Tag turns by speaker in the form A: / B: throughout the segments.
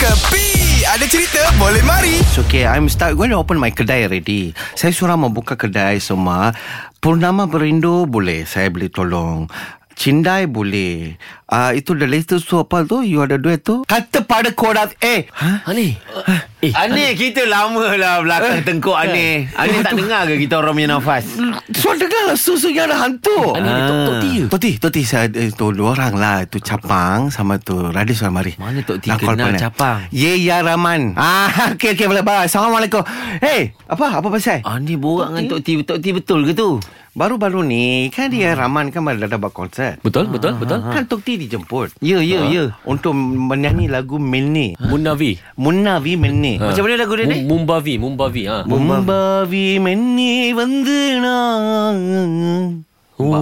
A: Kepi Ada cerita boleh mari
B: It's okay. I'm start going to open my kedai already. Saya suruh mau buka kedai semua. Purnama Berindo boleh. Saya boleh tolong. Cindai boleh. Ah uh, itu the latest tu apa tu? You ada duit tu? Kata pada korang eh. Ha?
C: Ani. Eh,
D: Ani kita lama lah belakang
A: Eh.
D: tengkuk Ani. Ani tak dengar ke kita orang punya nafas?
B: Suara dengar lah susunya ada hantu.
C: Ani ada Tok Tok T ke?
B: Toti, Toti saya eh, tu dua orang lah. Tu Capang sama tu Radis sama Mari.
C: Mana Tok T
B: Nak call
C: kenal
B: pun, eh?
C: Capang?
B: Ye Ya Rahman. Ah, okey okey boleh bye. Assalamualaikum. Hey, apa apa pasal?
C: Ani borak dengan Tok T. Tok T betul ke tu?
B: Baru-baru ni kan dia Rahman kan baru dah buat konsert.
C: Betul, betul, betul.
B: Kan Tok T dijemput.
C: Ya, ya, ya.
B: Untuk menyanyi lagu Milne.
C: Munavi.
B: Munnavi Milne.
C: Ha.
D: Macam mana lagu dia ni?
C: Mu- Mumbavi, Mumbavi. Ha.
B: மும்பாவி மென்னி வந்து நான்
C: Oh. Ha.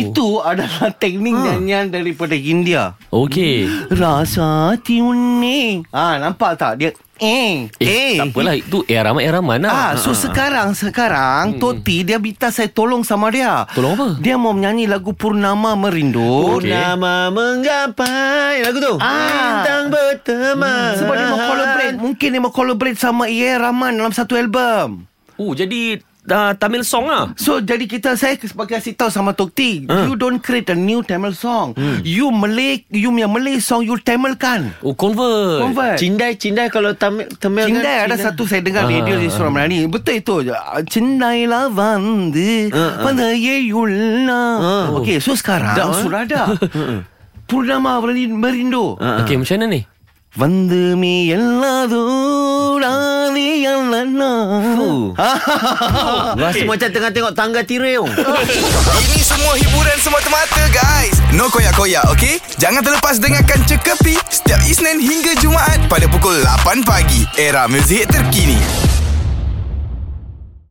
B: Itu adalah teknik nyanyian daripada India.
C: Okey.
B: Rasati unni. Ah nampak tak dia eh
C: Eh, eh, tak apalah itu eraman-eraman lah.
B: Ah, so sekarang sekarang hmm. Toti dia minta saya tolong sama dia.
C: Tolong apa? Oh,
B: Dia mau menyanyi lagu Purnama Merindu.
C: Okey.
D: Nama menggapai lagu tu.
B: Ah. Hmm.
D: Bintang berteman.
B: Sebab dia mau collaborate, mungkin dia mau collaborate sama Ia Rahman dalam satu album.
C: Oh, jadi uh, Tamil song lah.
B: So jadi kita saya sebagai kasih tahu sama Tokti, you don't create a new Tamil song. You Malay, you punya Malay song you Tamil kan.
C: Oh, convert.
B: Convert.
D: Cindai, cindai kalau tamil,
C: kan
D: tamil
B: Cindai ada satu saya dengar radio di Surah Melani. Betul itu. Cindai lah la vandu panayeyulla. Okey, so sekarang dah, surah dah. Purnama Merindu- Merindu.
C: Okey, macam mana ni?
B: வந்து மீ எல்லாதூடாதி
D: Rasa macam tengah tengok tangga tireung.
A: Ini semua hiburan semata-mata guys No koyak-koyak ok Jangan terlepas dengarkan Cekapi Setiap Isnin hingga Jumaat Pada pukul 8 pagi Era muzik terkini